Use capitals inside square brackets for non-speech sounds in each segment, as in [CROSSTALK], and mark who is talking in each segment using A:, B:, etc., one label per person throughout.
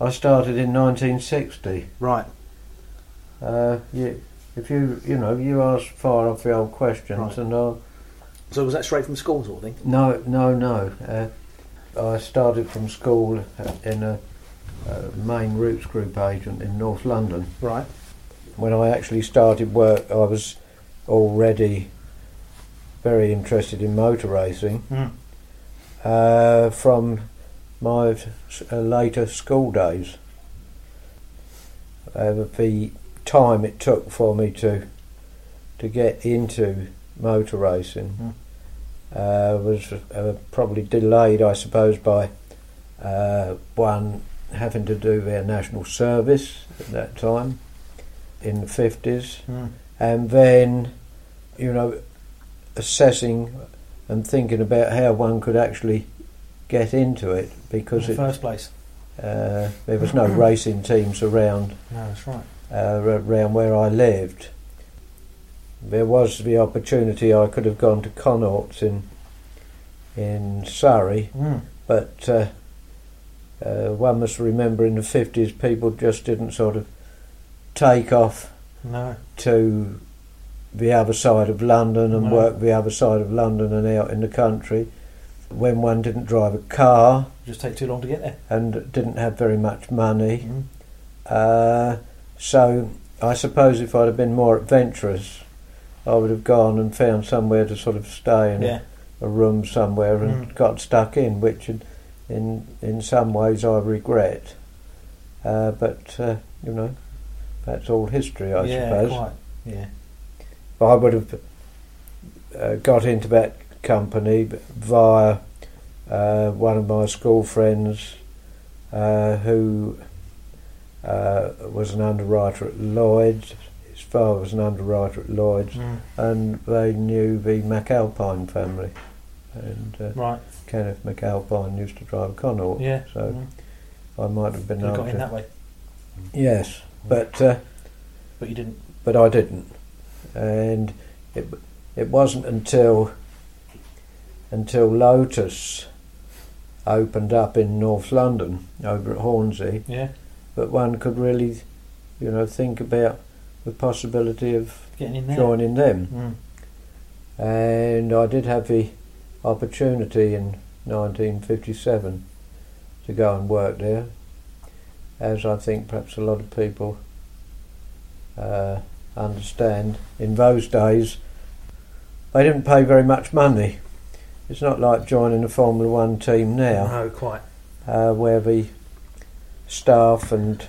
A: I started in 1960.
B: Right.
A: Uh, you, if you you know you ask fire off the old questions
B: Right.
A: and I'll,
B: So was that straight from school sort of thing?
A: no no no. Uh, I started from school in a, a main roots group agent in North London.
B: Right.
A: When I actually started work, I was already very interested in motor racing
B: Mm.
A: uh, from my s- uh, later school days. Uh, the time it took for me to to get into motor racing uh, was uh, probably delayed, I suppose, by uh, one having to do their national service at that time in the fifties
B: Mm.
A: and then you know assessing and thinking about how one could actually get into it
B: In
A: because
B: the
A: it,
B: first place.
A: uh, there was no racing teams around
B: No, that's right.
A: uh, ra- around where I lived. There was the opportunity I could have gone to Connaught in in Surrey,
B: Mm.
A: but uh, uh, one must remember in the fifties people just didn't sort of take off
B: No.
A: to the other side of London and
B: No.
A: work the other side of London and out in the country when one didn't drive a car
B: Just take too long to get there.
A: and didn't have very much money.
B: Mm.
A: Uh, so I suppose if I'd have been more adventurous, I would have gone and found somewhere to sort of stay in
B: Yeah.
A: a, a room somewhere and
B: Mm.
A: got stuck in, which in in, in some ways I regret. Uh, but uh, you know, that's all history, I
B: yeah,
A: suppose.
B: quite. Yeah.
A: But I would have uh, got into that company via uh, one of my school friends uh, who uh, was an underwriter at Lloyd's. His father was an underwriter at Lloyd's,
B: Mm.
A: and they knew the McAlpine family. And uh,
B: Right.
A: Kenneth McAlpine used to drive a Connaught,
B: Yeah.
A: so
B: Mm.
A: I might have been
B: Could have got in
A: after.
B: that way,
A: Yes, but uh,
B: but you didn't.
A: but I didn't. And it it wasn't until until Lotus opened up in North London over at Hornsey
B: Yeah.
A: that one could really, you know, think about the possibility of
B: Getting in there.
A: joining them.
B: Mm.
A: And I did have the opportunity in 1957 to go and work there, as I think perhaps a lot of people uh, understand. In those days, they didn't pay very much money. It's not like joining a Formula One team now,
B: No, quite.
A: uh, where the staff and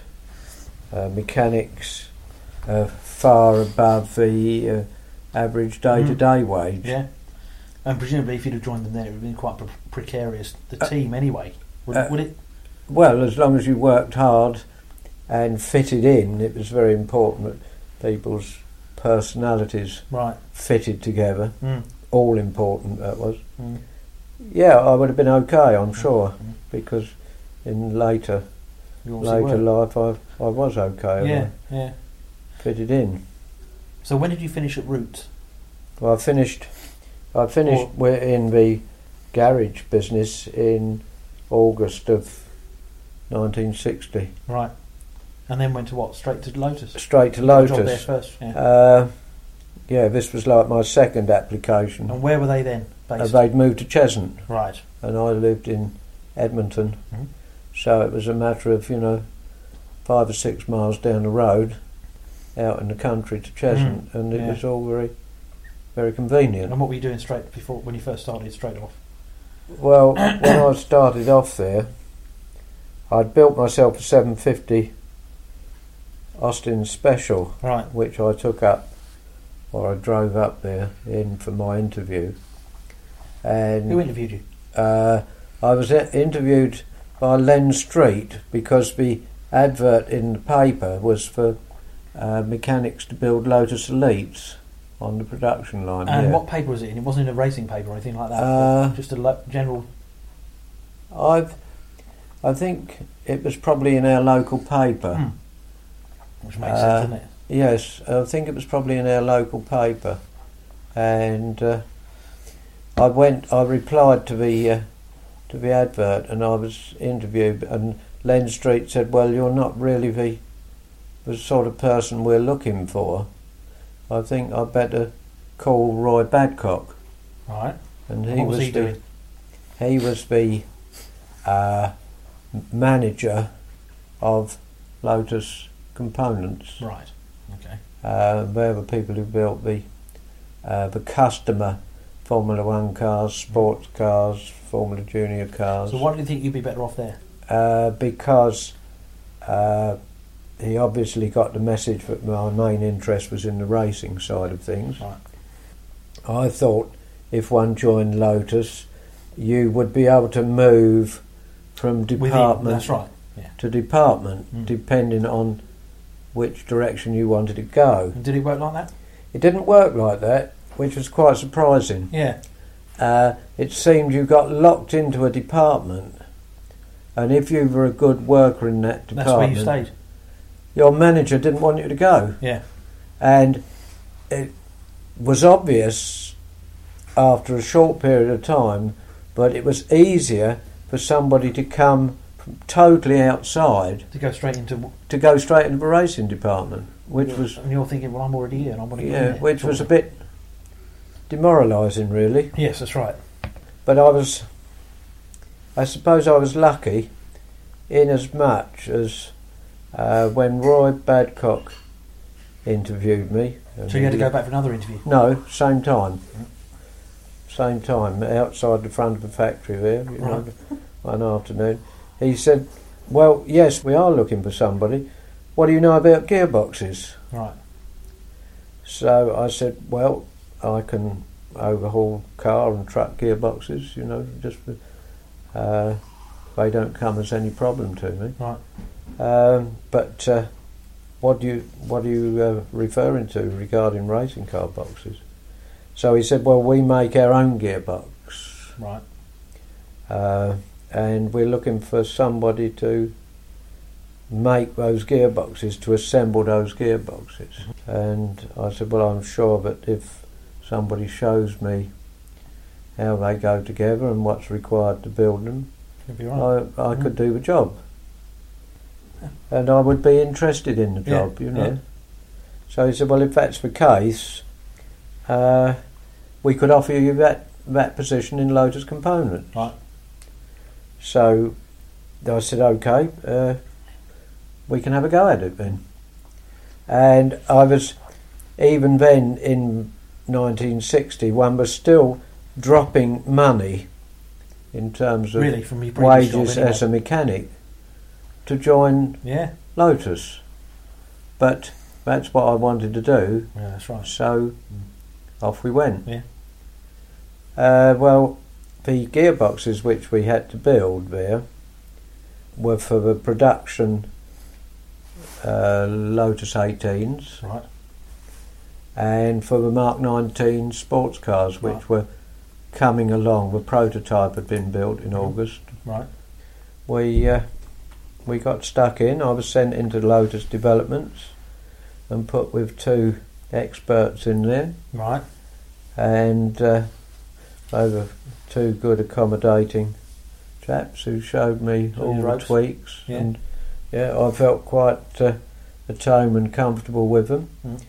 A: uh, mechanics are far above the uh, average day-to-day wage.
B: Yeah. And presumably, if you'd have joined them there, it would have been quite pre- precarious. The
A: Uh,
B: team, anyway. Would,
A: uh,
B: would it?
A: Well, as long as you worked hard and fitted in, it was very important that people's personalities
B: Right.
A: fitted together.
B: Mm.
A: All important that was.
B: Mm.
A: Yeah, I would have been okay, I'm sure, because in later
B: You obviously
A: later
B: were.
A: life, I I was okay. and
B: Yeah. Yeah.
A: I fitted in.
B: So when did you finish at Root?
A: Well, I finished. I finished wi- in the garage business in August of 1960.
B: Right. And then went to what? Straight to Lotus.
A: Straight to
B: Got a Job there
A: Lotus.
B: first. Yeah.
A: Uh, yeah, this was like my second application.
C: Oh,
B: and where were they then?
A: Uh,
B: Based.
A: they'd moved to Cheshunt,
B: right.
A: and I lived in Edmonton,
B: Mhm.
A: so it was a matter of you know five or six miles down the road, out in the country to Cheshunt, and it
B: yeah.
A: was all very, very convenient.
C: Oh.
B: And what were you doing straight before when you first started? Straight off.
A: Well, when I started off there, I'd built myself a 750 Austin Special,
B: Right.
A: which I took up or I drove up there in for my interview.
B: Who
A: And
B: interviewed you?
A: uh, I was i- interviewed by Len Street because the advert in the paper was for uh, mechanics to build Lotus Elites on the production line.
B: And
A: Um, yeah.
B: what paper was it in? It wasn't in a racing paper or anything like that.
A: Uh,
B: just a lo- general.
A: I've, I think it was probably in our local paper.
B: Hmm. Which makes
A: uh,
B: sense, doesn't it?
A: Yes, I think it was probably in our local paper, and uh, I went. I replied to the uh, to the advert, and I was interviewed. And Len Street said, "Well, you're not really the the sort of person we're looking for. I think I'd better call Roy Badcock."
B: Right.
A: And he
B: What was,
A: was
B: he
A: the,
B: doing?
A: he was the uh, m- manager of Lotus Components.
B: Right. Okay.
A: Uh, they're the people who built the uh, the customer Formula One cars, sports cars, Formula Junior cars.
B: So why do you think you'd be better off there?
A: uh, because uh, he obviously got the message that my main interest was in the racing side of things.
B: Right.
A: I thought if one joined Lotus, you would be able to move from
B: With him,
A: department
B: That's right.
A: to department,
B: Mm.
A: depending on which direction you wanted to go.
B: And did it work like that?
A: It didn't work like that, which was quite surprising.
B: Yeah.
A: uh, it seemed you got locked into a department, and if you were a good worker in that
B: That's
A: department,
B: where you stayed.
A: your manager didn't want you to go,
B: Yeah.
A: and it was obvious after a short period of time, but it was easier for somebody to come from totally outside
B: To go straight into. w-
A: to go straight into the racing department, which was
B: And you're thinking, well, I'm already here, and I want to.
A: yeah, which was a bit demoralising, really.
B: Yes, that's right.
A: but I was, I suppose I was lucky in as much as uh, when Roy Badcock interviewed me.
B: So you had to go back for another interview.
A: No, same time. Same time, outside the front of the factory there, you know, one afternoon. He said, Well, yes, we are looking for somebody. What do you know about gearboxes?
B: Right.
A: So I said, well, I can overhaul car and truck gearboxes, you know, just uh, they don't come as any problem to me.
B: Right.
A: Um, but uh, what do you what are you uh, referring to regarding racing car boxes? So he said, well, we make our own gearbox,
B: Right.
A: uh, and we're looking for somebody to make those gearboxes, to assemble those gearboxes. And I said, Well, I'm sure that if somebody shows me how they go together and what's required to build them,
B: You'll be right.
A: I, I
B: Mm.
A: could do the job. And I would be interested in the
B: Yeah,
A: job, you know.
B: yeah.
A: So he said, Well, if that's the case, uh, we could offer you that, that position in Lotus Component.
B: Right.
A: So I said, okay, uh, we can have a go at it then. And I was, even then in 1960, one was still dropping money in terms of
B: Really, from your previous
A: wages
B: job. anyway.
A: as a mechanic to join
B: Yeah.
A: Lotus. But that's what I wanted to do,
B: Yeah, that's right.
A: so off we went.
B: Yeah.
A: Uh, well, the gearboxes which we had to build there were for the production uh, Lotus 18s
B: Right.
A: and for the Mark 19 sports cars which
B: Right.
A: were coming along. The prototype had been built in
B: Mhm.
A: August.
B: Right.
A: We uh, we got stuck in. I was sent into Lotus Developments and put with two experts in there.
B: Right.
A: and uh, they were two good accommodating chaps who showed me
B: So
A: all
B: you
A: the
B: ropes?
A: tweaks
B: Yeah.
A: and yeah I felt quite uh, at home and comfortable with them
B: Mm.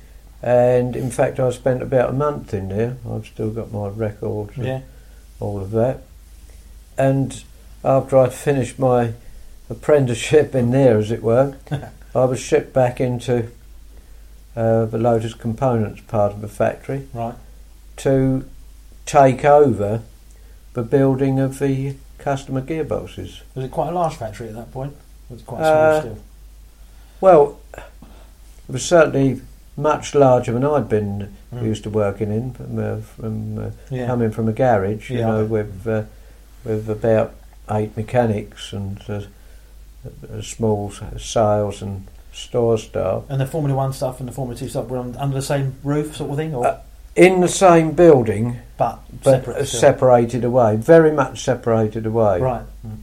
A: and in fact I spent about a month in there I've still got my records and
B: Yeah.
A: all of that and after I finished my apprenticeship in there as it were I was shipped back into uh, the Lotus Components part of the factory
B: Right.
A: to take over the building of the customer gearboxes.
B: Was it quite a large factory at that point? Was it quite small
A: Uh,
B: still?
A: Well, it was certainly much larger than I'd been
C: Hmm.
B: Mm.
A: used to working in, from, uh, from uh,
B: Yeah.
A: coming from a garage, you
B: Yeah.
A: know, with uh, with about eight mechanics and uh, a small s- sales and store staff
B: and the Formula One stuff and the Formula Two stuff were on, under the same roof, sort of thing, or
A: Uh, in the same building,
B: but,
A: but uh,
B: separate. still?
A: separated away, very much separated away.
B: Right. Mm.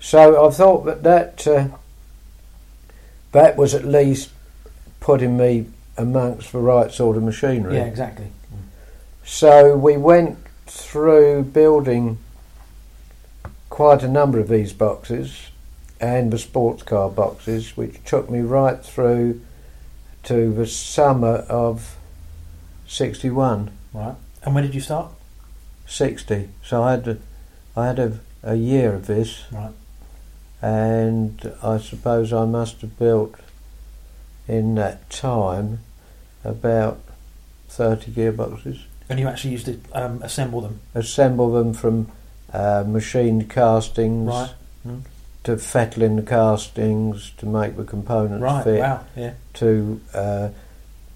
A: So I thought that that, uh, that was at least putting me amongst the right sort of machinery.
B: Yeah. Exactly.
A: So we went through building quite a number of these boxes and the sports car boxes, which took me right through to the summer of 61,
B: Right. And when did you start?
A: 60. So I had, a, I had a, a year of this,
B: Right.
A: and I suppose I must have built in that time about 30 gearboxes.
B: And you actually used to um, assemble them.
A: assemble them from uh, machined castings
B: Right.
A: to fettling the castings to make the components
B: Right.
A: fit
B: Wow. Yeah.
A: to uh,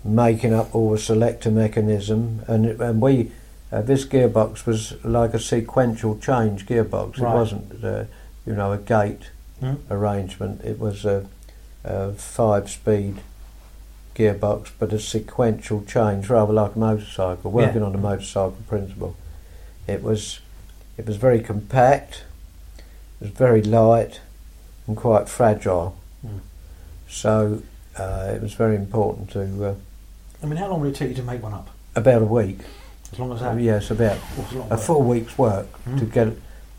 A: making up all the selector mechanism and it, and we uh, this gearbox was like a sequential change gearbox
B: Right.
A: it wasn't uh, you know a gate
B: Mm.
A: arrangement it was a, a five speed gearbox but a sequential change rather like a motorcycle
B: Yeah.
A: working on a motorcycle principle it was it was very compact it was very light and quite fragile
B: Mm.
A: so uh, it was very important to uh,
B: I mean, how long would it take you to make one up?
A: about a week
B: As long as that.
A: yes about
B: What's a lot of
A: Oh, a
B: work?
A: full week's work
B: Mm.
A: to get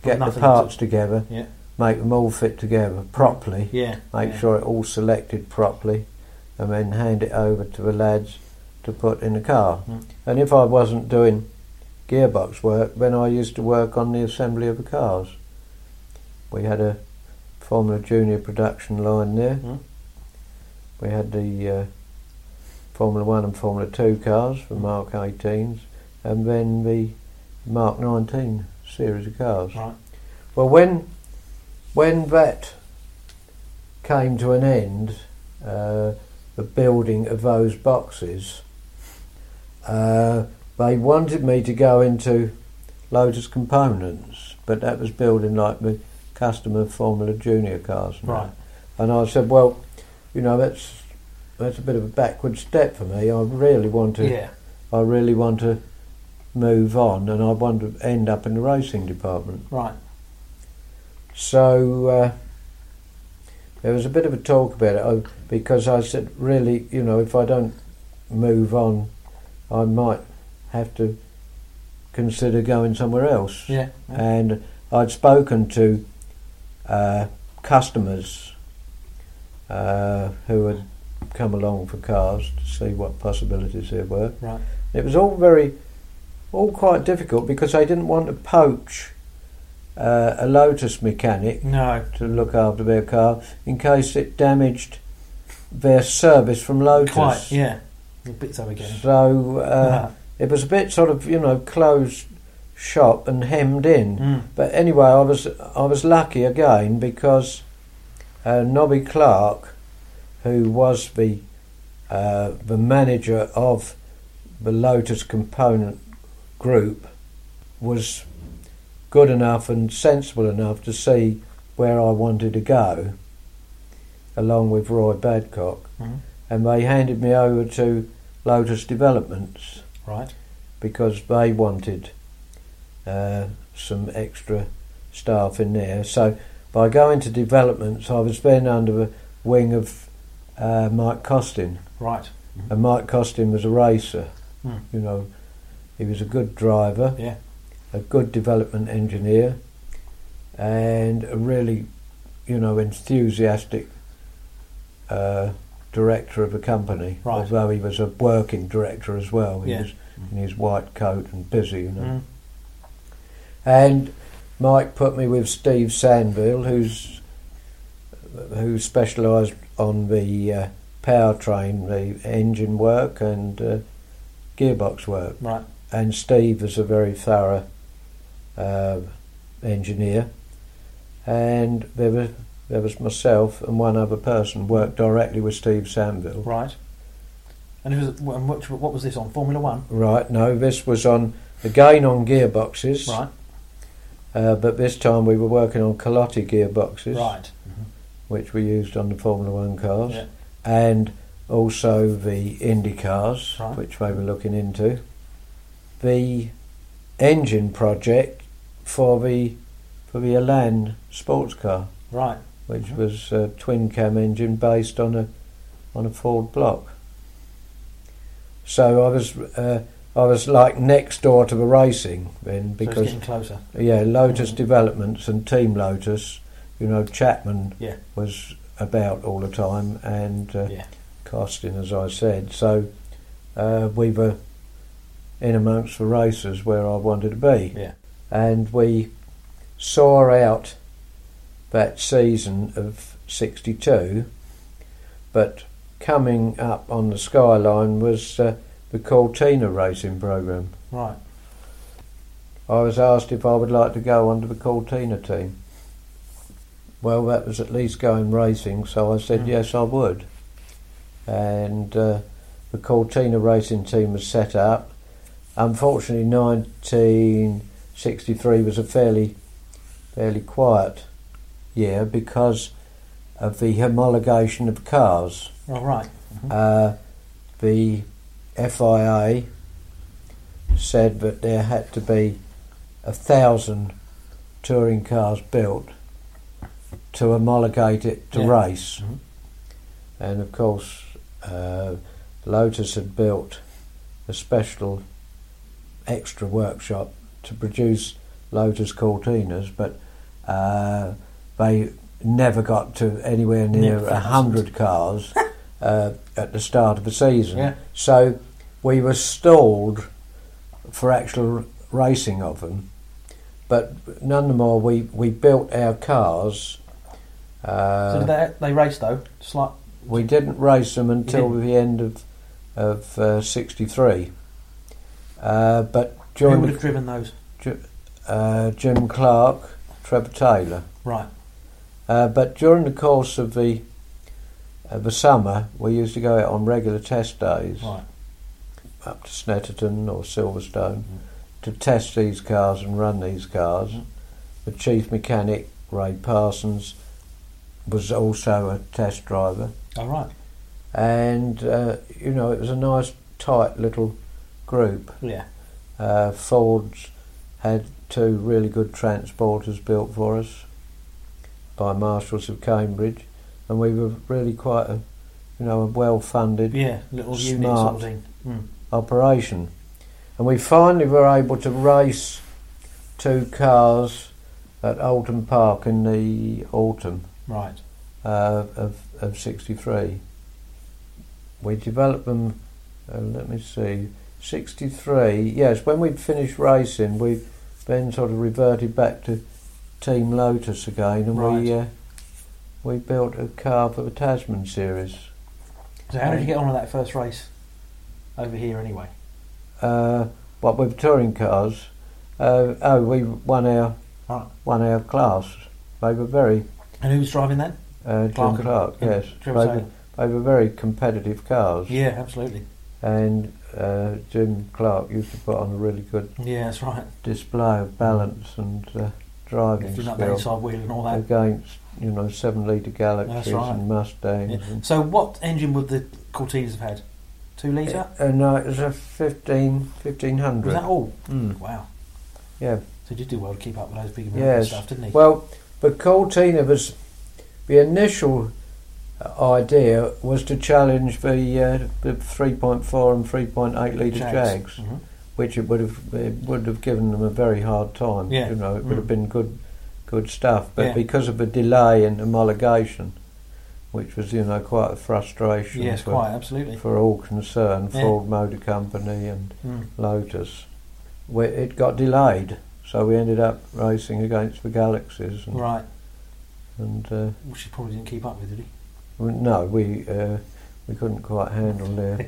A: get the
B: nothing
A: parts together
B: Yeah. Hmm.
A: make them all fit together properly
B: Yeah.
A: make
B: yeah.
A: sure it all selected properly and then hand it over to the lads to put in the car
B: Mm.
A: and if I wasn't doing gearbox work then I used to work on the assembly of the cars we had a Formula Junior production line there
B: Mm.
A: we had the uh, Formula 1 and Formula 2 cars for Mark 18s and then the Mark 19 series of cars.
B: Right.
A: Well, when, when that came to an end, uh, the building of those boxes, uh, they wanted me to go into Lotus Components, but that was building like the customer Formula Junior cars. and that.
B: Right.
A: And I said, well, you know, that's that's a bit of a backward step for me. I really want to,
B: Yeah.
A: I really want to move on, and I want to end up in the racing department.
B: Right.
A: So uh, there was a bit of a talk about it I, because I said, really, you know, if I don't move on, I might have to consider going somewhere else
B: Yeah. yeah.
A: and I'd spoken to uh, customers uh, who had come along for cars to see what possibilities there were.
B: Right.
A: It was all very, all quite difficult because they didn't want to poach uh, a Lotus mechanic
B: No.
A: to look after their car in case it damaged their service from Lotus.
B: Oh, Quite. Yeah. A bit so again.
A: So uh, it was a bit sort of, you know, closed shop and hemmed in.
B: Mm.
A: But anyway, I was I was lucky again because uh, Nobby Clark, who was the uh, the manager of the Lotus Component Group, was good enough and sensible enough to see where I wanted to go, along with Roy Badcock,
B: Mm.
A: and they handed me over to Lotus Developments
B: Right.
A: because they wanted uh, some extra staff in there. So by going to developments, I was then under the wing of uh, Mike Costin,
B: Right.
A: and Mike Costin was a racer.
B: Hmm.
A: You know, he was a good driver,
B: Yeah.
A: a good development engineer, and a really, you know, enthusiastic. Uh, director of a company
B: Right.
A: although he was a working director as well he
B: Yeah.
A: was in his white coat and busy you know
B: Mm.
A: and Mike put me with Steve Sandville, who's who specialised on the uh, powertrain, the engine work and uh, gearbox work.
B: Right.
A: And Steve was a very thorough uh, engineer, and there was there was myself and one other person worked directly with Steve Sandville.
B: Right. And it was. And what, what was this on Formula One?
A: Right. No, this was on again on gearboxes.
B: Right.
A: Uh, but this time we were working on Calotti gearboxes,
B: Right.
A: which were used on the Formula One cars,
B: Yeah.
A: and also the Indy cars,
B: Right.
A: which they were looking into. The engine project for the for the Elan sports car,
B: Right.
A: which
B: Mhm.
A: was a twin cam engine based on a on a Ford block. So I was uh, I was like next door to the racing then
B: so it's
A: because
B: getting closer.
A: yeah, Lotus
B: Mhm.
A: Developments and Team Lotus you know, Chapman
B: Yeah.
A: was about all the time and uh,
B: Yeah.
A: casting, as I said. So uh, we were in amongst the races where I wanted to be.
B: Yeah.
A: And we saw out that season of 62, but coming up on the skyline was uh, the Cortina racing programme.
B: Right.
A: I was asked if I would like to go under the Cortina team. Well, that was at least going racing, so I said
B: Mm.
A: yes, I would. And uh, the Cortina racing team was set up. Unfortunately, 1963 was a fairly, fairly quiet year because of the homologation of cars
B: All right.
A: uh, the FIA said that there had to be a thousand touring cars built to homologate it to
B: Yeah.
A: race.
B: Mhm.
A: And of course, uh, Lotus had built a special extra workshop to produce Lotus Cortinas, but uh, they never got to anywhere near
B: Near
A: a hundred cars uh, at the start of the season.
B: Yeah.
A: So we were stalled for actual racing of them, but none the more we, we built our cars.
B: so
A: Uh,
B: did they, they raced though. Just like
A: we didn't race them until
B: didn't?
A: the end of of uh, '63. Uh, but
B: who
A: during
B: would
A: the
B: have driven those?
A: uh, Jim Clark, Trevor Taylor.
B: Right.
A: Uh, but during the course of the of the summer, we used to go out on regular test days
B: Right.
A: up to Snetterton or Silverstone
B: Mhm.
A: to test these cars and run these cars.
B: Mhm.
A: The chief mechanic, Ray Parsons, was also a test driver,
B: All Oh, right.
A: and uh, you know it was a nice, tight little group.
B: Yeah.
A: Uh, Ford's had two really good transporters built for us by Marshals of Cambridge, and we were really quite a, you know, a well-funded
B: Yeah. Little unit sort
A: Smart.
B: of thing. Mm.
A: operation. And we finally were able to race two cars at Oldham Park in the autumn
B: Right.
A: uh, of, of 63. We developed them, uh, let me see, 63, yes, when we'd finished racing, we then sort of reverted back to Team Lotus again and we, uh, we built a car for the Tasman series.
B: So how did you get on with that first race over here anyway?
A: uh, what with touring cars. Uh, oh, we won our
B: Right.
A: won our class. They were very
B: And who was driving that?
A: uh, Jim
B: Clark
A: Clark,
B: and- and
A: yes, they
B: Trevor
A: were,
B: Taylor?
A: they were very competitive cars.
B: Yeah, absolutely.
A: And uh, Jim Clark used to put on a really good
B: Yeah, that's right.
A: display of balance and uh, driving
B: Doing that
A: skill
B: backside wheel and all that.
A: against you know seven litre galaxies
B: right.
A: and Mustangs.
B: Yeah. So what engine would the Cortinas have had? Two litre?
A: And, and uh, it was a 15, 1500.
B: Was that all?
A: Mm.
B: Wow.
A: Yeah.
B: So you did do well to keep up with those big American
A: Yes.
B: stuff, didn't he?
A: Well, but Cortina was the initial uh, idea was to challenge the, uh, the 3.4 and 3.8 litre Jags,
B: Mhm.
A: which it would have it would have given them a very hard time.
B: Yeah.
A: You know, it would have
B: Mm.
A: been good good stuff, but
B: Yeah.
A: because of the delay in homologation, which was you know quite a frustration
B: Yes,
A: for,
B: quite, absolutely.
A: for all concerned,
B: Yeah.
A: Ford Motor Company and
B: Mm.
A: Lotus. We, it got delayed, so we ended up racing against the Galaxies. And,
B: Right.
A: and uh,
B: Which he probably didn't keep
A: [LAUGHS]
B: up with, did he?
A: we- no, we uh, we couldn't quite handle their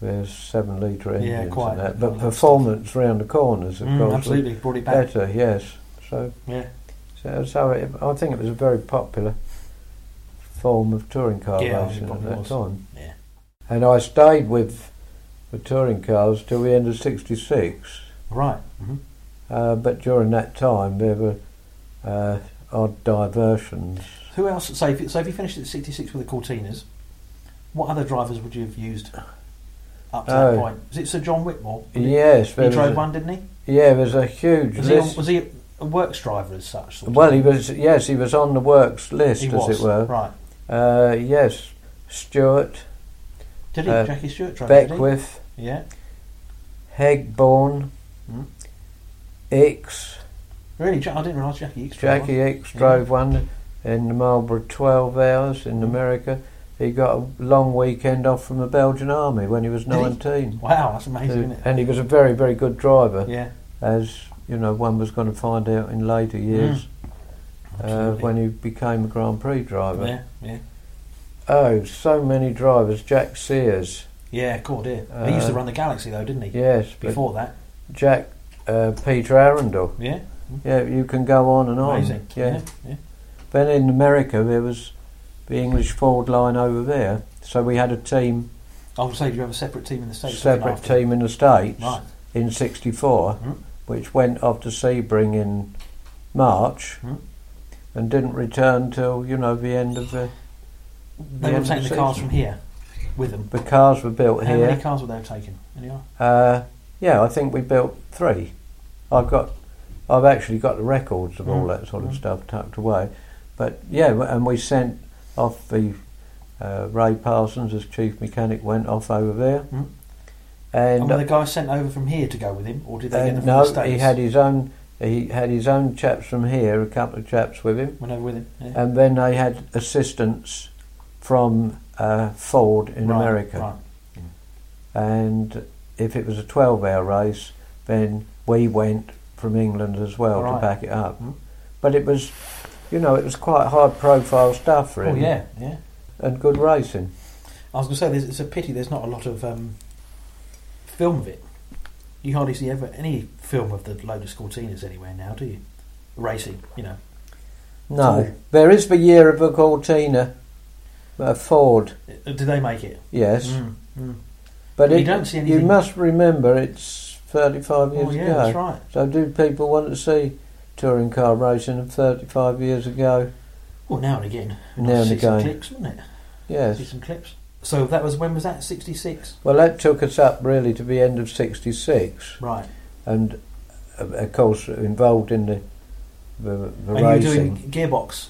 A: their seven litre
B: Yeah,
A: engines
B: quite.
A: and that. But performance round the corners, of
B: Mm,
A: course, was
B: absolutely. Brought it back.
A: better. Yes, so
B: Yeah.
A: so, so it, I think it was a very popular form of touring car
B: Yeah, it
A: racing at
B: probably
A: that
B: was.
A: time.
B: Yeah.
A: And I stayed with the touring cars till the end of '66.
B: Right. hmm
A: Uh, but during that time, there were uh, odd diversions.
B: Who else? So if, so if you finished at 66 with the Cortinas, what other drivers would you have used up to that
A: Oh.
B: point? Was it Sir John Whitmore?
A: Yes,
B: He
A: there was
B: drove
A: a,
B: one, didn't he?
A: yeah, there was a huge
B: Was he,
A: list.
B: a, was he a- a works driver as such? sort of
A: well, he
B: thing?
A: was yes, he was on the works list,
B: He
A: as
B: was.
A: it were.
B: Right.
A: Uh, yes, Stewart,
B: Did he?
A: Uh,
B: Jackie Stewart drove did
A: Beckwith,
B: he? Yeah.
C: Hmm.
A: Hegborn,
B: Mm.
A: Ix,
C: Really, Ja- I didn't realise Jackie Eakes. drove
A: Jackie X
C: Yeah.
A: drove one in the Marlborough 12 hours in
C: Mm.
A: America. He got a long weekend off from the Belgian Army when he was
C: Did he?
A: 19.
C: one. Wow, that's amazing, isn't it?
A: And he was a very, very good driver,
C: Yeah,
A: as you know, one was going to find out in later years uh,
C: Hmm. absolutely.
A: when he became a Grand Prix driver.
C: yeah, yeah,
A: Oh, so many drivers. Jack Sears,
C: yeah. Cool, dear. he used to run the Galaxy though, didn't he?
A: yes, Uh, but
C: Before that,
A: Jack uh, Peter Arundel.
C: yeah,
A: Yeah, you can go on and on.
C: amazing.
A: Yeah.
C: yeah, yeah.
A: Then in America, there was the English forward line over there, so we had a team,
C: I would say, do Oh, you have a separate team in the states? looking
A: separate
C: after
A: team in the States
C: them? Right.
A: in '64,
C: Mm.
A: which went off to Sebring in March
C: Mm.
A: and didn't return till you know the end of the.
C: They
A: Yeah,
C: were taking the
A: season.
C: cars from here with them.
A: The cars were built
C: How
A: here.
C: many cars were they taking? Any idea?
A: Uh, yeah, I think we built three. I've got, I've actually got the records of all
C: Mm.
A: that sort of
C: Mm.
A: stuff tucked away. But yeah, w- and we sent off the uh, Ray Parsons as chief mechanic went off over there,
C: Mm. And
A: and,
C: were the guys sent over from here to go with him, or did they get
A: and
C: them from
A: Uh, no,
C: the states?
A: he had his own. He had his own chaps from here, a couple of chaps with him,
C: went over with him. Yeah.
A: and then they had assistants from uh, Ford in
C: Right,
A: America.
C: Right. Oh,
A: and if it was a 12 hour race, then we went from England as well to
C: Right.
A: back it up.
C: Mm.
A: But it was, you know, it was quite high profile stuff,
C: Oh
A: really,
C: yeah, yeah.
A: and good racing.
C: I was going to say, there's, it's a pity there's not a lot of um, film of it. You hardly see ever any film of the Lotus Cortinas anywhere now, do you? Racing, you know.
A: No,
C: Cool.
A: there is the year of a Cortina, a Ford,
C: Uh, Do they make it?
A: yes,
C: Mm, mm.
A: but
C: You
A: it,
C: don't see
A: you
C: anything.
A: must remember it's 35 years
C: oh yeah,
A: ago.
C: that's right.
A: So, do people want to see touring car racing of 35 years ago?
C: Well, Oh, now and again.
A: Now and
C: see some
A: again.
C: clips, wouldn't it?
A: Yes.
C: See some clips. So that was when was that? Sixty six.
A: Well, that took us up really to the end of 66.
C: Right.
A: and uh, of course involved in the the, the
C: and you were
A: racing.
C: doing gearbox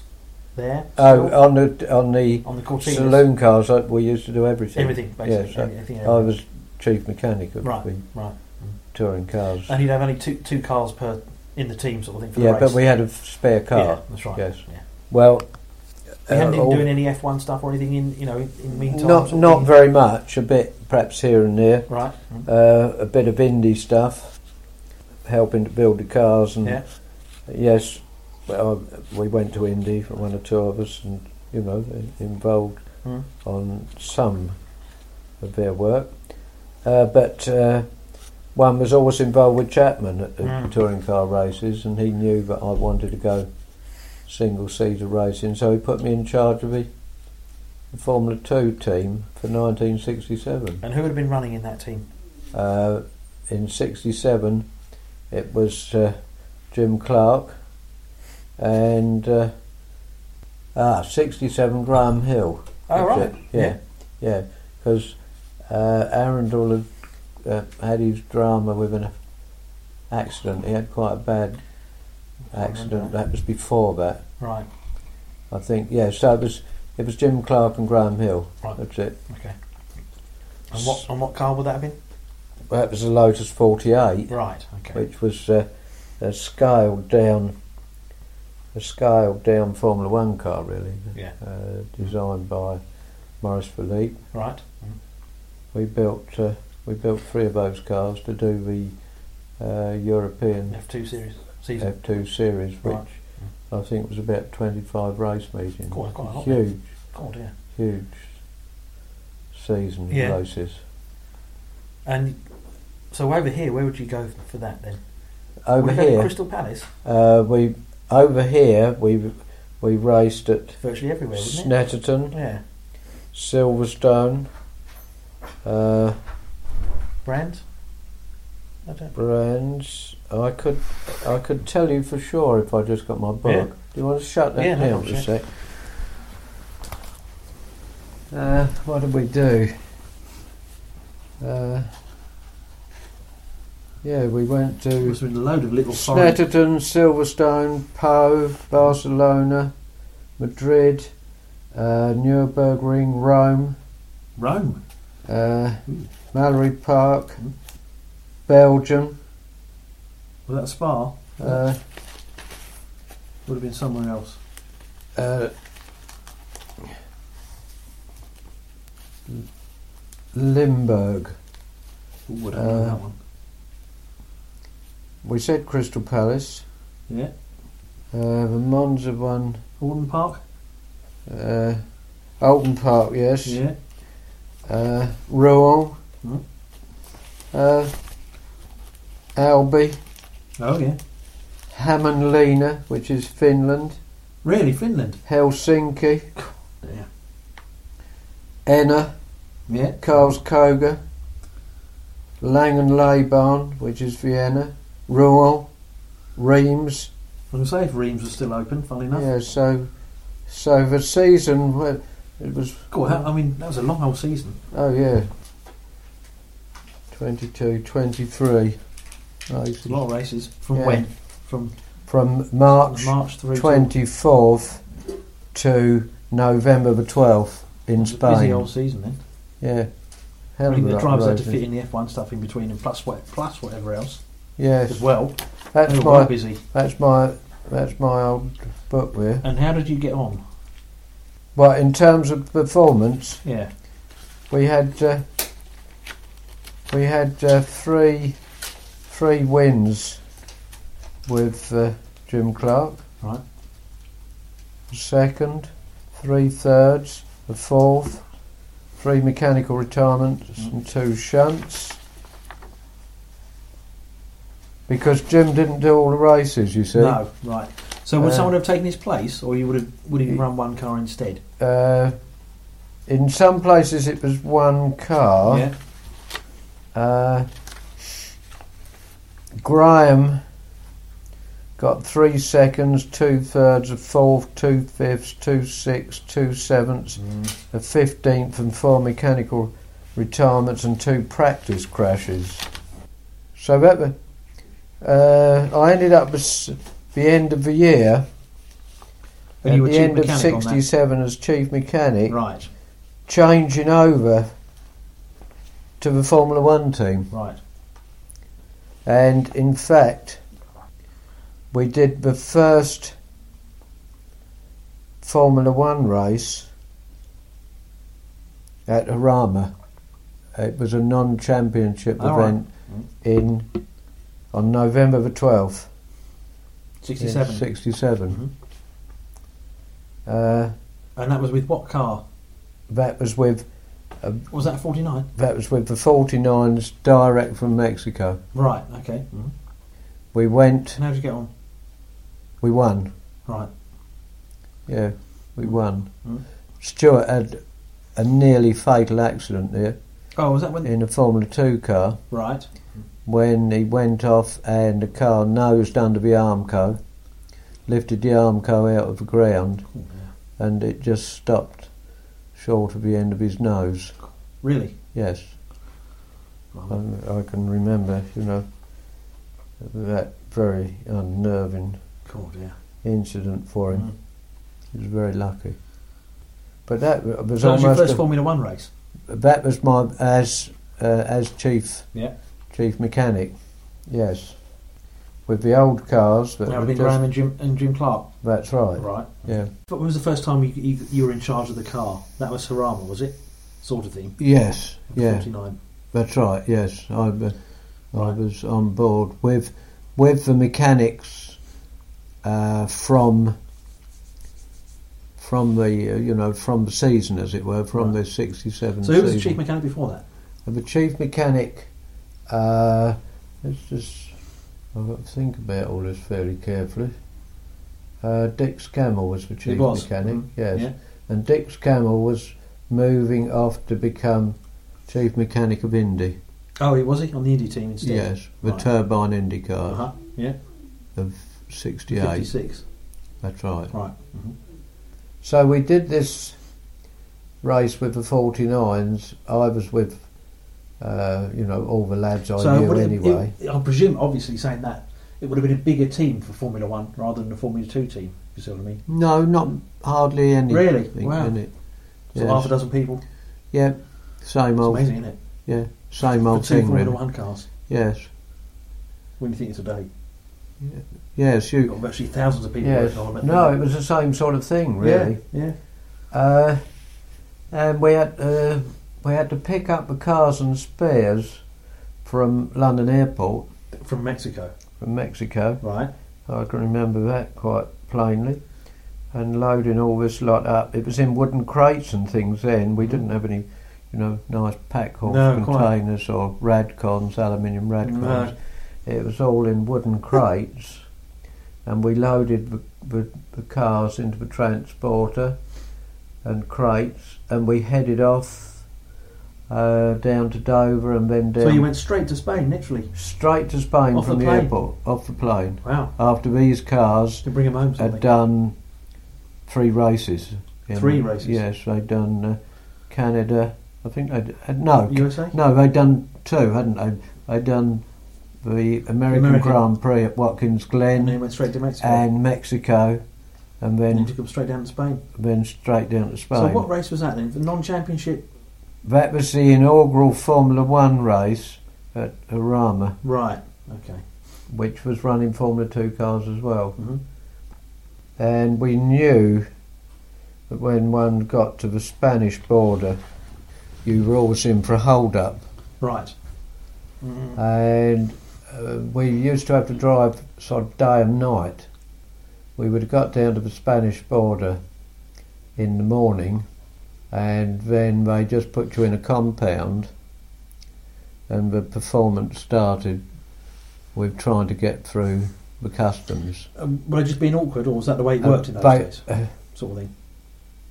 C: there.
A: oh,
C: still,
A: on the on the
C: on the Cortinas.
A: saloon cars, uh, we used to do everything.
C: Everything basically.
A: Yes, uh,
C: everything,
A: I was chief mechanic of
C: Right.
A: the
C: right.
A: touring cars.
C: And you'd have only two two cars per in the team sort of thing for
A: Yeah,
C: the race.
A: but we had a spare car.
C: Yeah, that's right.
A: Yes.
C: Yeah.
A: Well,
C: You hadn't
A: uh,
C: been
A: all-
C: doing any F one stuff or anything in you know in, in the meantime.
A: not
C: sort of
A: not
C: thing?
A: very much. A bit, perhaps here and there.
C: right. Mm.
A: Uh, a bit of indie stuff, helping to build the cars and
C: Mm. Yeah.
A: Yes, well, we went to Indy, one or two of us, and you know, involved
C: Mm.
A: on some of their work. Uh, but uh, one was always involved with Chapman at the
C: Mm.
A: touring car races, and he knew that I wanted to go single seater racing, so he put me in charge of the the Formula Two team for 1967.
C: And who had been running in that team?
A: Uh, in '67, it was uh, Jim Clark, and uh, ah, '67 Graham Hill. That's
C: Oh right.
A: it. yeah, yeah, because uh, Arundel had uh, had his drama with an accident. He had quite a bad
C: I remember
A: accident. That was before that,
C: Right.
A: I think. Yeah, so it was it was Jim Clark and Graham Hill.
C: Right.
A: That's it.
C: Okay. And what and what car would that have been?
A: That was a Lotus 48.
C: Right. Okay.
A: which was uh, a scaled down, a scaled down Formula One car, really,
C: Yeah.
A: uh, designed by Maurice Philippe.
C: Right. Mm.
A: We built uh, we built three of those cars to do the uh, European
C: F two series season.
A: F two series, which
C: Right.
A: I think was about twenty five race meetings.
C: Quite quite a lot.
A: Huge,
C: Oh dear.
A: huge season of
C: Yeah.
A: races.
C: And so over here, where would you go for that then?
A: Over
C: would you go to
A: here,
C: Crystal Palace,
A: uh, we over here we we raced at
C: virtually everywhere, wouldn't it?
A: Snetterton.
C: Yeah.
A: Silverstone, uh,
C: Brands. I don't.
A: Brands. I could, I could tell you for sure if I just got my book.
C: Yeah.
A: Do you want to shut that
C: Yeah, no
A: down
C: problem,
A: for a sec? Uh, what did we do? Uh, yeah, we went to.
C: It was with a load of little foreign-
A: Snetterton, Silverstone, Po, Barcelona, Madrid, uh, Nuremberg, Rome,
C: Rome.
A: uh,
C: Mm.
A: Mallory Park,
C: Mm.
A: Belgium,
C: Was that Spa?
A: uh,
B: Would have been somewhere else.
A: Uh, Limburg.
B: Would
A: have known that one. We said Crystal Palace.
B: Yeah.
A: Uh, the Monza one.
B: Alden Park.
A: Uh, Alton Park, yes.
B: Yeah.
A: Uh, Rouen.
B: Hmm.
A: Uh, Albi.
B: Oh yeah.
A: Hamanlina, which is Finland.
B: Really, Finland.
A: Helsinki.
B: Yeah.
A: Enna.
B: Yeah.
A: Karlskoga. Langenleibarn, which is Vienna. Rouen. Reims.
B: I was going to say if Reims was still open, funny enough.
A: Yeah, so so the season well, it was
B: Cool. I mean, that was a long old season.
A: oh yeah. 22 23 Right,
B: A lot of races. From
A: Yeah.
B: when? From
A: from March
B: March through to-
A: 24th to November the 12th in
B: It's a Busy
A: Spain.
B: old season then.
A: Yeah.
B: I
A: Hell
B: mean,
A: of a
B: the
A: lot of
B: drivers had to
A: races.
B: fit in the F1 stuff in between and plus what, plus whatever else as
A: Yes.
B: well.
A: That's
B: They were well
A: my
B: busy.
A: that's my that's my old book there.
B: And how did you get on?
A: But in terms of performance
B: Yeah.
A: We had uh, we had uh, three three wins with uh, Jim Clark.
B: Right.
A: Second, three thirds, a fourth, three mechanical retirements
B: Mm.
A: and two shunts. Because Jim didn't do all the races, you see.
B: No. Right. So would
A: Uh,
B: someone have taken his place, or you would have would he
A: He-
B: run one car instead?
A: Uh, in some places it was one car.
B: Yeah.
A: Uh, Graham got three seconds, two thirds, a fourth, two fifths, two sixths, two sevenths,
C: Mm.
A: a fifteenth, and four mechanical retirements and two practice crashes. So that was, uh, I ended up with s- the end of the year.
B: And
A: at
B: you were
A: the
B: chief
A: end of
B: mechanic on that.
A: 67 as chief mechanic,
B: Right.
A: changing over to the Formula One team.
B: Right.
A: And in fact, we did the first Formula One race at Arama. It was a non-championship
B: All right.
A: event in on November the twelfth,
B: Sixty-seven. Mm-hmm.
A: sixty-seven.
B: Mhm.
A: Uh,
B: And that was with what car?
A: that was with
B: Was that forty-nine?
A: that was with the 49s direct from Mexico.
B: Right. Okay.
A: Mm-hmm.
B: Mm.
A: We went,
B: And how did you get on?
A: we won.
B: Right.
A: Yeah, we won.
B: Mm.
A: Stewart had a nearly fatal accident there
B: Oh, was that when?
A: in a Formula 2 car
B: Right.
A: when he went off and the car nosed under the Armco, lifted the Armco out of the ground, and it just stopped short of the end of his nose.
B: Really?
A: Yes,
B: Right.
A: I, I can remember, you know, that very unnerving
B: Cool.
A: uh,
B: Yeah.
A: incident for him.
B: Mm.
A: He was very lucky. But that was
B: So that was your
A: almost
B: first
A: a-
B: Formula One race.
A: That was my as uh, as chief
B: Yeah.
A: chief mechanic. Yes, with the old cars. That
B: That
A: were
B: would be
A: just-
B: Graham and Jim and Jim Clark.
A: That's right.
B: Right.
A: Yeah.
B: But when was the first time you, you, you were in charge of the car? That was Harama, was it? Sort of thing.
A: Yes. Yeah.
B: 49.
A: That's right. Yes, I, wa- I
B: Right.
A: was on board with with the mechanics uh, from from the uh, you know from the season as it were from the
B: Right.
A: '67.
B: So who was the
A: season.
B: chief mechanic before that?
A: And the chief mechanic, uh, let's just, I've got to think about all this fairly carefully. Uh, Dick Scammell was the chief
B: was,
A: mechanic,
B: mm,
A: yes.
B: yeah.
A: And Dick Scammell was moving off to become chief mechanic of Indy.
B: Oh, he was he on the Indy team instead?
A: Yes, the
B: Right.
A: turbine Indy car
B: Uh-huh. Yeah.
A: of 68.
B: 56.
A: That's right.
B: Right. Mm-hmm.
A: So we did this race with the 49s. I was with, uh, you know, all the lads I
B: so
A: knew
B: would it-
A: anyway.
B: it- I presume, obviously, saying that, it would have been a bigger team for Formula One rather than the Formula Two team. You see what I mean?
A: No, not hardly any.
B: Really?
A: thing
B: Wow.
A: In it.
B: So
A: Yes.
B: half a dozen people.
A: Yeah, same
B: It's
A: old.
B: amazing, isn't it?
A: Yeah, same
B: For
A: old
B: two
A: thing.
B: Formula
A: Really.
B: One cars.
A: Yes,
B: When you think it's a day.
D: Yeah, shoot.
B: You've got virtually thousands of people
A: Yes.
B: working on it.
A: No, it was the same sort of thing, really.
D: Yeah.
A: Uh, and we had uh, we had to pick up the cars and spares from London Airport
B: from Mexico,
A: from Mexico.
B: right?
A: I can remember that quite plainly. And loading all this lot up, it was in wooden crates and things. Then we didn't have any, you know, nice pack horse
B: No, quite.
A: containers or radcons, aluminium radcons. It was all in wooden crates, and we loaded the, the, the cars into the transporter and crates, and we headed off uh, down to Dover and then down
B: So you went straight to Spain, literally.
A: straight to Spain
B: Off
A: from
B: the
A: the,
B: plane?
A: airport off the plane
B: Wow.
A: after these cars
B: To bring him home,
A: had
B: something.
A: done three races. in-
B: Three races?
A: Yes, they'd done uh, Canada. I think they'd uh, no,
B: USA.
A: no, they'd done two, hadn't they? They'd done the American,
B: American.
A: Grand Prix at Watkins
B: And
A: Glen
B: then he went straight to Mexico.
A: and Mexico, and
B: And
A: then
B: you took him straight down to Spain.
A: then straight down to Spain.
B: So what race was that then? The non-championship,
A: that was the inaugural Formula One race at Arama,
B: right? Okay.
A: which was running Formula Two cars as well.
B: hmm
A: and we knew that when one got to the Spanish border, you were always in for a hold-up.
B: Right.
C: Mm-hmm.
B: Mm.
A: And uh, we used to have to drive sort of day and night. We would have got down to the Spanish border in the morning, and then they just put you in a compound, and the performance started with trying to get through the customs.
B: Um, were they just being awkward, or was that the
A: Uh,
B: way it worked in those
A: But-
B: days? Sort of thing.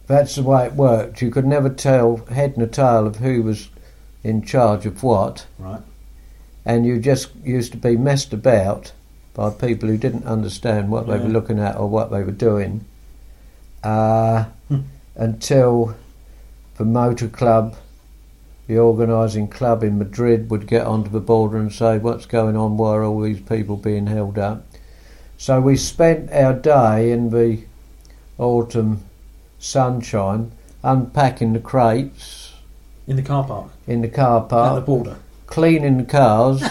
A: That's the way it worked. You could never tell head nor tail of who was in charge of what,
B: Right.
A: and you just used to be messed about by people who didn't understand what they
B: Yeah.
A: were looking at or what they were doing uh, until the motor club, the organising club in Madrid, would get onto the border and say, What's going on? Why are all these people being held up? So we spent our day in the autumn sunshine unpacking the crates
B: In the car park,
A: in the car
B: at
A: park
B: the border.
A: cleaning the cars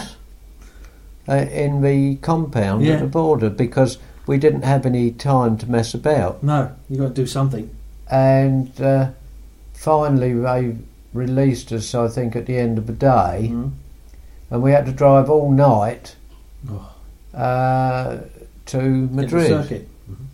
A: uh, in the compound
B: Yeah.
A: at the border because we didn't have any time to mess about.
B: No, you got to do something.
A: And uh, finally, they released us, I think, at the end of the day,
B: Mhm.
A: and we had to drive all night
B: Oh.
A: uh, to
B: Hit the
A: Madrid
B: circuit.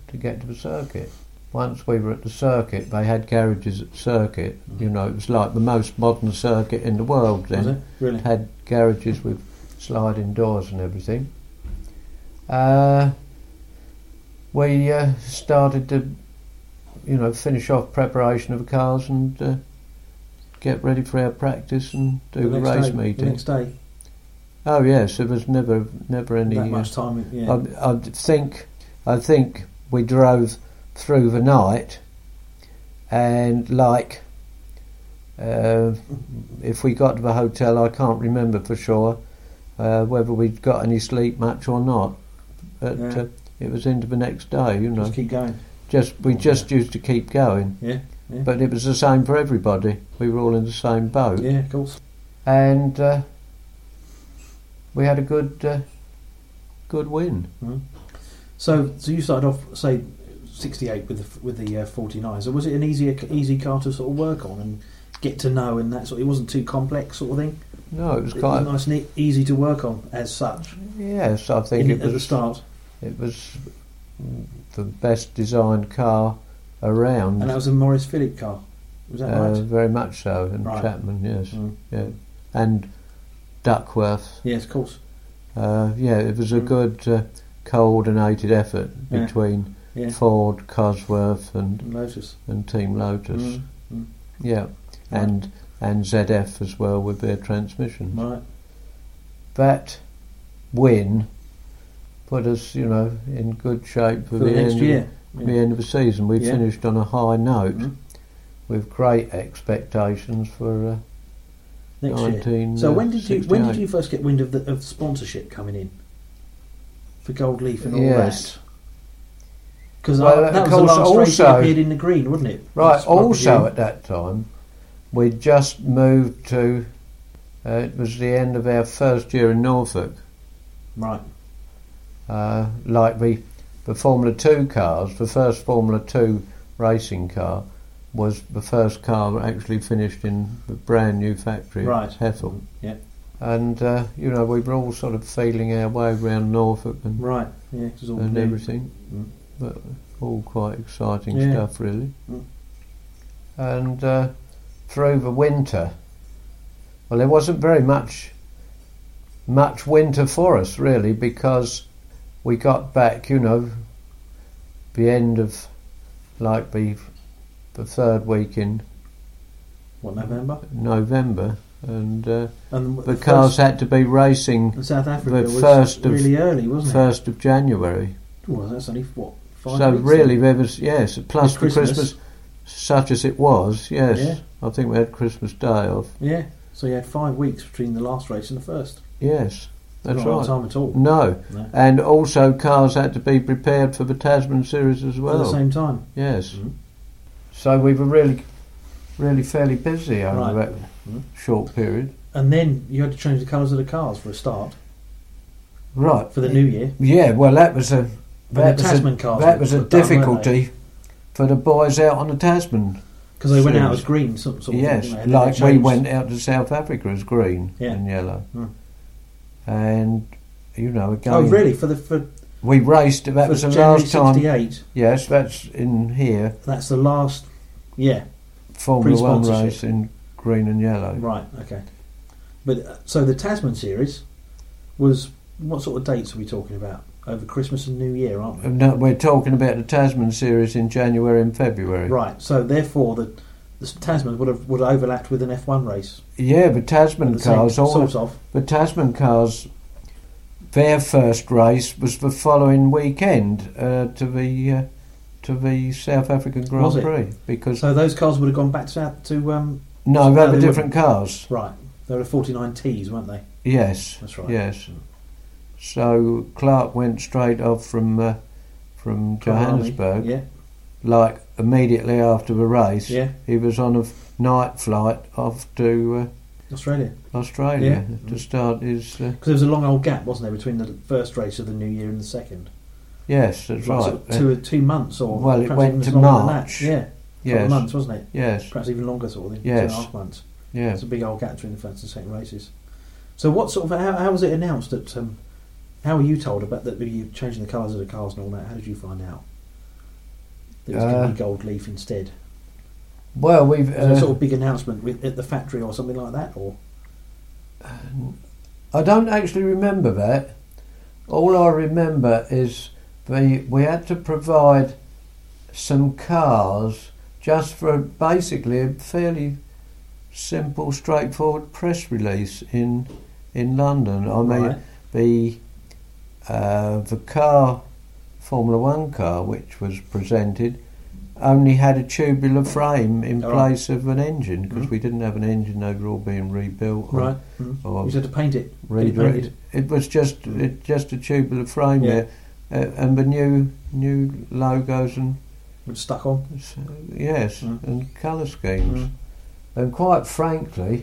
A: to get to the circuit. Once we were at the circuit, they had garages at the circuit. You know, it was like the most modern circuit in the world then.
B: Mm. Was it really?
A: had garages with sliding doors and everything. Uh, we uh, started to, you know, finish off preparation of the cars and uh, get ready for our practice and do the,
B: next
A: race
B: day, The
A: meeting.
B: next day,
A: Oh yes, there was never, never any.
B: that
A: uh,
B: much time. Yeah.
A: I, I think, I think we drove through the night, and like, uh, if we got to the hotel, I can't remember for sure uh, whether we'd got any sleep much or not. But
B: Yeah.
A: uh, it was into the next day, you know.
B: Just keep going.
A: Just we just used to keep going,
B: Yeah. Yeah.
A: but it was the same for everybody. We were all in the same boat
B: yeah. Of course.
A: and uh, we had a good uh, good win.
B: So, so you started off, say, '68 with the with the uh, 49. So, was it an easier easy car to sort of work on and get to know and that sort? It wasn't too complex, sort of thing.
A: No, it was
B: It
A: quite
B: was nice and e- easy to work on as such.
A: yes. I think
B: in-
A: it
B: at the
A: was
B: start,
A: it was the best designed car around.
B: and that was a Morris Philip car. Was that
A: uh,
B: right?
A: Very much so, and
B: Right.
A: Chapman, yes,
B: Mm.
A: yeah, and Duckworth.
B: Yes, of course.
A: Uh, yeah, it was a
B: Mm.
A: good uh, coordinated effort
B: Yeah.
A: between
B: Yeah.
A: Ford, Cosworth, and,
B: Lotus.
A: and Team Lotus.
B: Mm.
A: Yeah, and and ZF as well with their transmission.
B: Right.
A: that win put us, you know, in good shape for,
B: For the next
A: end
B: year.
A: Of, the end of the season. We
B: Yeah.
A: finished on a high note
B: Mhm.
A: with great expectations for uh,
B: Next year.
A: 19.
B: So
A: uh,
B: when did you when did
A: 68.
B: you first get wind of the of sponsorship coming in for gold leaf and all
A: Yes.
B: that? Because
A: Well, of
B: that was the
A: course,
B: last race that
A: also-
B: appeared in the green, wasn't it?
A: Right.
B: That's what I
A: Also
B: presume.
A: at that time, we just moved to. Uh, it was the end of our first year in Norfolk,
B: right.
A: uh, like the the Formula Two cars. The first Formula Two racing car was the first car that actually finished in the brand new factory
B: Right.
A: at Hethel.
B: Yeah.
A: And uh, you know we were all sort of feeling our way around Norfolk and,
B: Right. Yeah. 'cause all
A: and
B: new.
A: everything,
B: Mm.
A: but all quite exciting
B: Yeah.
A: stuff really.
B: Mm.
A: And uh, through the winter, well, there wasn't very much much winter for us really because we got back, you know, the end of like the the third week in
B: What November?
A: November, and uh,
B: And
A: the cars
B: first-
A: had to be racing
B: in South Africa
A: the
B: was
A: first of-
B: really early, wasn't
A: first of January.
B: it? Well, that's only what five.
A: so
B: weeks
A: really,
B: in?
A: there was yes, plus
B: With
A: the Christmas.
B: Christmas.
A: such as it was. Yes,
B: Yeah.
A: I think we had Christmas Day off.
B: yeah. So you had five weeks between the last race and the first.
A: Yes, that's
B: Not a lot
A: right. Mm,
B: of time at all.
A: No,
B: No.
A: and also cars had to be prepared for the Tasman series as
B: At the
A: well.
B: same time.
A: Yes,
B: Mhm.
A: so we were really, really fairly busy over
B: Right.
A: that
B: Mhm.
A: short period.
B: And then you had to change the colours of the cars for a start
A: Right
B: for the new year.
A: Yeah, well, that was a that
B: the
A: was a,
B: Tasman cars.
A: that was a difficulty for the boys out on the Tasman.
B: because they went out
A: Series.
B: as green. Some sort of
A: Yes,
B: thing, didn't they?
A: like
B: They
A: we
B: changed.
A: went out to South Africa as green
B: Yeah.
A: and yellow,
B: Mm.
A: and you know again
B: Oh, really? For the for,
A: we raced. That
B: for
A: was the
B: January
A: last time.
B: 68,
A: Yes, that's in here
B: That's the last. Yeah.
A: Formula One
B: Pre-sponsorship.
A: race in green and yellow.
B: Right. Okay. But uh, so the Tasman series was what sort of dates are we talking about? Over Christmas and New Year, aren't we?
A: And No, we're talking about the Tasman series in January and February.
B: Right. So therefore, the, the Tasman would have would have overlapped with an F1 race.
A: Yeah, the
B: at
A: Tasman
B: the same-
A: cars all
B: sort of.
A: The Tasman Cars, their first race was the following weekend uh, to the uh, to the South African
B: Was
A: Grand
B: it?
A: Prix because
B: So those cars would have gone back south to um,
A: no,
B: No,
A: they
B: they
A: were different cars.
B: right. They were 49 Ts, weren't they?
A: Yes,
B: That's right.
A: yes. So Clark went straight off from uh, from Johannesburg,
B: Yeah.
A: like immediately after the race.
B: Yeah.
A: He was on a f- night flight off to
B: Australia.
A: uh, Australia
B: Yeah.
A: to start his. Uh,
B: Because there was a long old gap, wasn't there, between the first race of the new year and the second?
A: yes, that's right. Uh,
B: Sort of two two months or
A: Well, it
B: perhaps
A: went
B: even
A: to
B: longer than that.
A: March.
B: Yeah, couple
A: yes,
B: of months, wasn't it?
A: yes,
B: Perhaps even longer, sort of thing.
A: Yes.
B: Two and a half months.
A: yes.
B: It's a big old gap between the first and second races. So, what sort of how, how was it announced that? Um, how were you told about that? You changing the colours of the cars and all that? How did you find out? That it was going
A: Uh,
B: to be gold leaf instead.
A: Well, we've
B: Was there a
A: uh,
B: sort of big announcement with, at the factory or something like that? Or
A: I don't actually remember that. All I remember is the, we had to provide some cars just for basically a fairly simple, straightforward press release in in London. I mean,
B: Right.
A: the uh, the car Formula One car which was presented only had a tubular frame in
B: Oh.
A: place of an engine because
B: Mhm.
A: we didn't have an engine overall being rebuilt. or-
B: right, mm.
A: or
B: you just had to paint it.
A: redirect.
B: painted.
A: It was just it, just a tubular frame
B: Yeah.
A: there, uh, and the new new logos and
B: It was stuck on.
A: s- yes,
B: Mm.
A: and colour schemes.
B: Mm.
A: And quite frankly,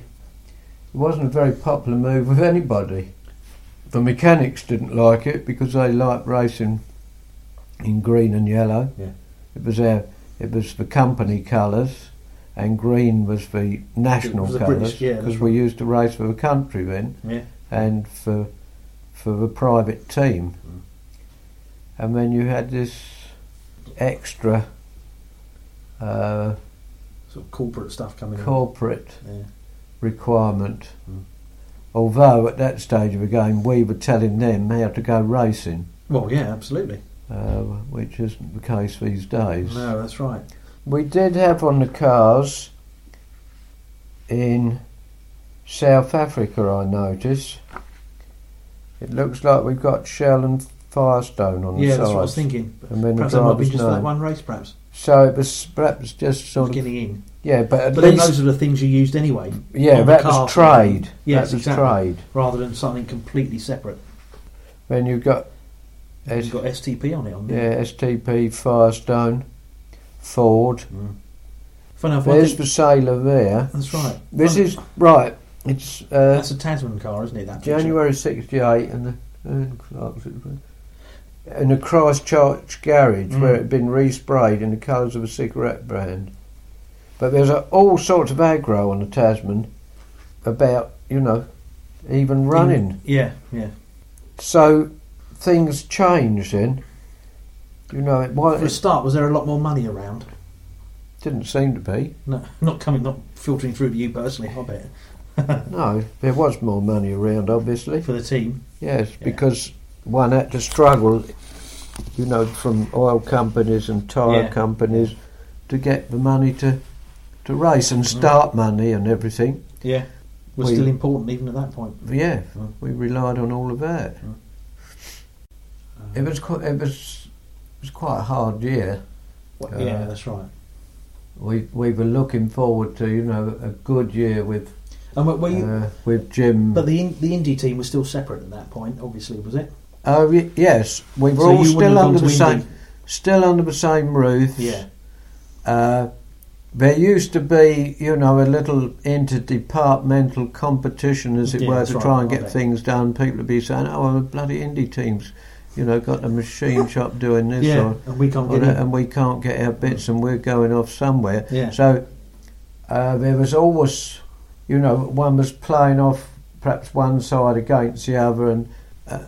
A: it wasn't a very popular move with anybody. The mechanics didn't like it because they liked racing in green and yellow.
B: Yeah.
A: It was their, it was the company colours, and green was the national
B: was the
A: colours
B: British, yeah, that's
A: we
B: right.
A: used to race for the country then
B: Yeah,
A: and for for the private team.
B: Mm.
A: And then you had this extra uh,
B: sort of corporate stuff coming. in.
A: corporate
B: Yeah.
A: requirement.
B: Mm.
A: Although at that stage of the game, we were telling them how to go racing,
B: Well, yeah, absolutely.
A: uh, which isn't the case these days.
B: No, that's right.
A: We did have on the cars in South Africa, I notice. It looks like we've got Shell and Firestone on
B: Yeah,
A: the
B: that's what I
A: sides.
B: was thinking.
A: and then the
B: Perhaps that might be
A: driver's
B: just for that
A: name.
B: one race, perhaps.
A: So it was perhaps just sort of
B: getting in.
A: yeah, but at
B: But then
A: least
B: those are the things you used anyway,
A: yeah,
B: on the
A: that
B: car.
A: was trade.
B: Yes,
A: that was
B: exactly.
A: trade.
B: rather than something completely separate.
A: Then you've got
B: It's
A: S-
B: got STP on it on there.
A: yeah, STP, Firestone, Ford.
B: Mm. Fun enough, I
A: There's
B: think,
A: the sailor there.
B: that's right.
A: This
B: Fun-
A: is right. It's uh,
B: that's a Tasman car, isn't it? That picture?
A: January '68, and the uh, Clark's- in a Christchurch garage
B: Mm.
A: where it had been resprayed in the colours of a cigarette brand. But there's a, all sorts of aggro on the Tasman about, you know, even running.
B: Yeah, yeah.
A: So things changed then. You know, it, wa-
B: For a
A: it
B: start, was there a lot more money around?
A: didn't seem to be.
B: No, [LAUGHS] not coming, not filtering through to you personally. I bet
A: No, there was more money around, obviously.
B: for the team.
A: Yes,
B: Yeah.
A: because one had to struggle, you know, from oil companies and tyre
B: Yeah.
A: companies to get the money to to race
B: Mm.
A: and start money and everything.
B: Yeah, was
A: We-
B: still important even at that point.
A: Yeah,
B: Mm.
A: we relied on all of that.
B: Mm. Uh-huh.
A: It was quite, it was it was quite a hard year.
B: Well,
A: Uh,
B: yeah, that's right.
A: We we were looking forward to you know a good year with
B: And were, were you?
A: uh, with Jim.
B: but the in, the indie team was still separate at that point. Obviously, was it?
A: Oh y- yes, we were
B: So
A: all
B: you wouldn't have
A: still
B: gone
A: under
B: to
A: the
B: Indy.
A: same still under the same roof.
B: Yeah,
A: Uh, there used to be, you know, a little interdepartmental competition, as it
B: Yeah,
A: were,
B: that's
A: to
B: right,
A: try and
B: I
A: get
B: bet.
A: things done. People would be saying, "Oh, well, the bloody indie teams, you know, got the
B: [LAUGHS]
A: machine shop doing this
B: yeah.
A: or,
B: And we can't
A: or
B: get
A: that, um,
B: in.
A: and we can't get our bits, and we're going off somewhere."
B: Yeah,
A: So uh, there was always, you know, one was playing off perhaps one side against the other, and uh,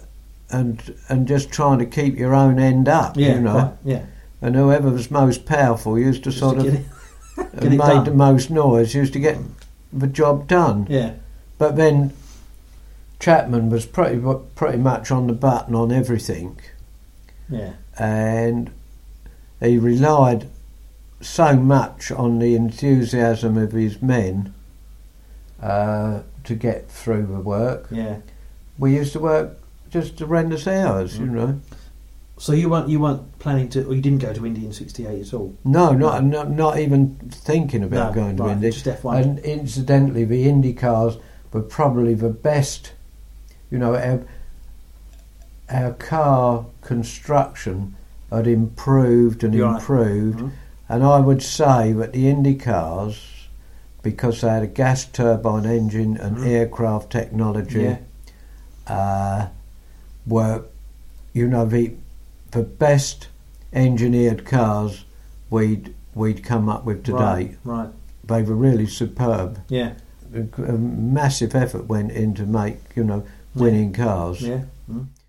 A: and and just trying to keep your own end up,
B: yeah,
A: you know.
B: quite, yeah.
A: And whoever was most powerful used to
B: Just
A: sort
B: to
A: of
B: get
A: and made
B: it done.
A: the most noise, used to get the job done.
B: in. [LAUGHS] yeah,
A: But then Chapman was pretty mu- pretty much on the button on everything,
B: yeah,
A: and he relied so much on the enthusiasm of his men uh, to get through the work.
B: yeah.
A: We used to work just horrendous hours, you
B: Mm.
A: know.
B: So you weren't you weren't planning to, or you didn't go to Indy in '68 at all.
A: No, not not, not even thinking about
B: no,
A: going to
B: right,
A: Indy.
B: Just F1.
A: And incidentally, the Indy cars were probably the best. You know, our, our car construction had improved and
B: You're right.
A: improved,
B: Mhm.
A: and I would say that the Indy cars, because they had a gas turbine engine and
B: Mhm.
A: aircraft technology,
B: Yeah.
A: uh, were, you know, the the best engineered cars we'd we'd come up with today
B: Right, right.
A: they were really superb.
B: Yeah,
A: A, g- a massive effort went in to make you know winning cars.
B: yeah. Mm.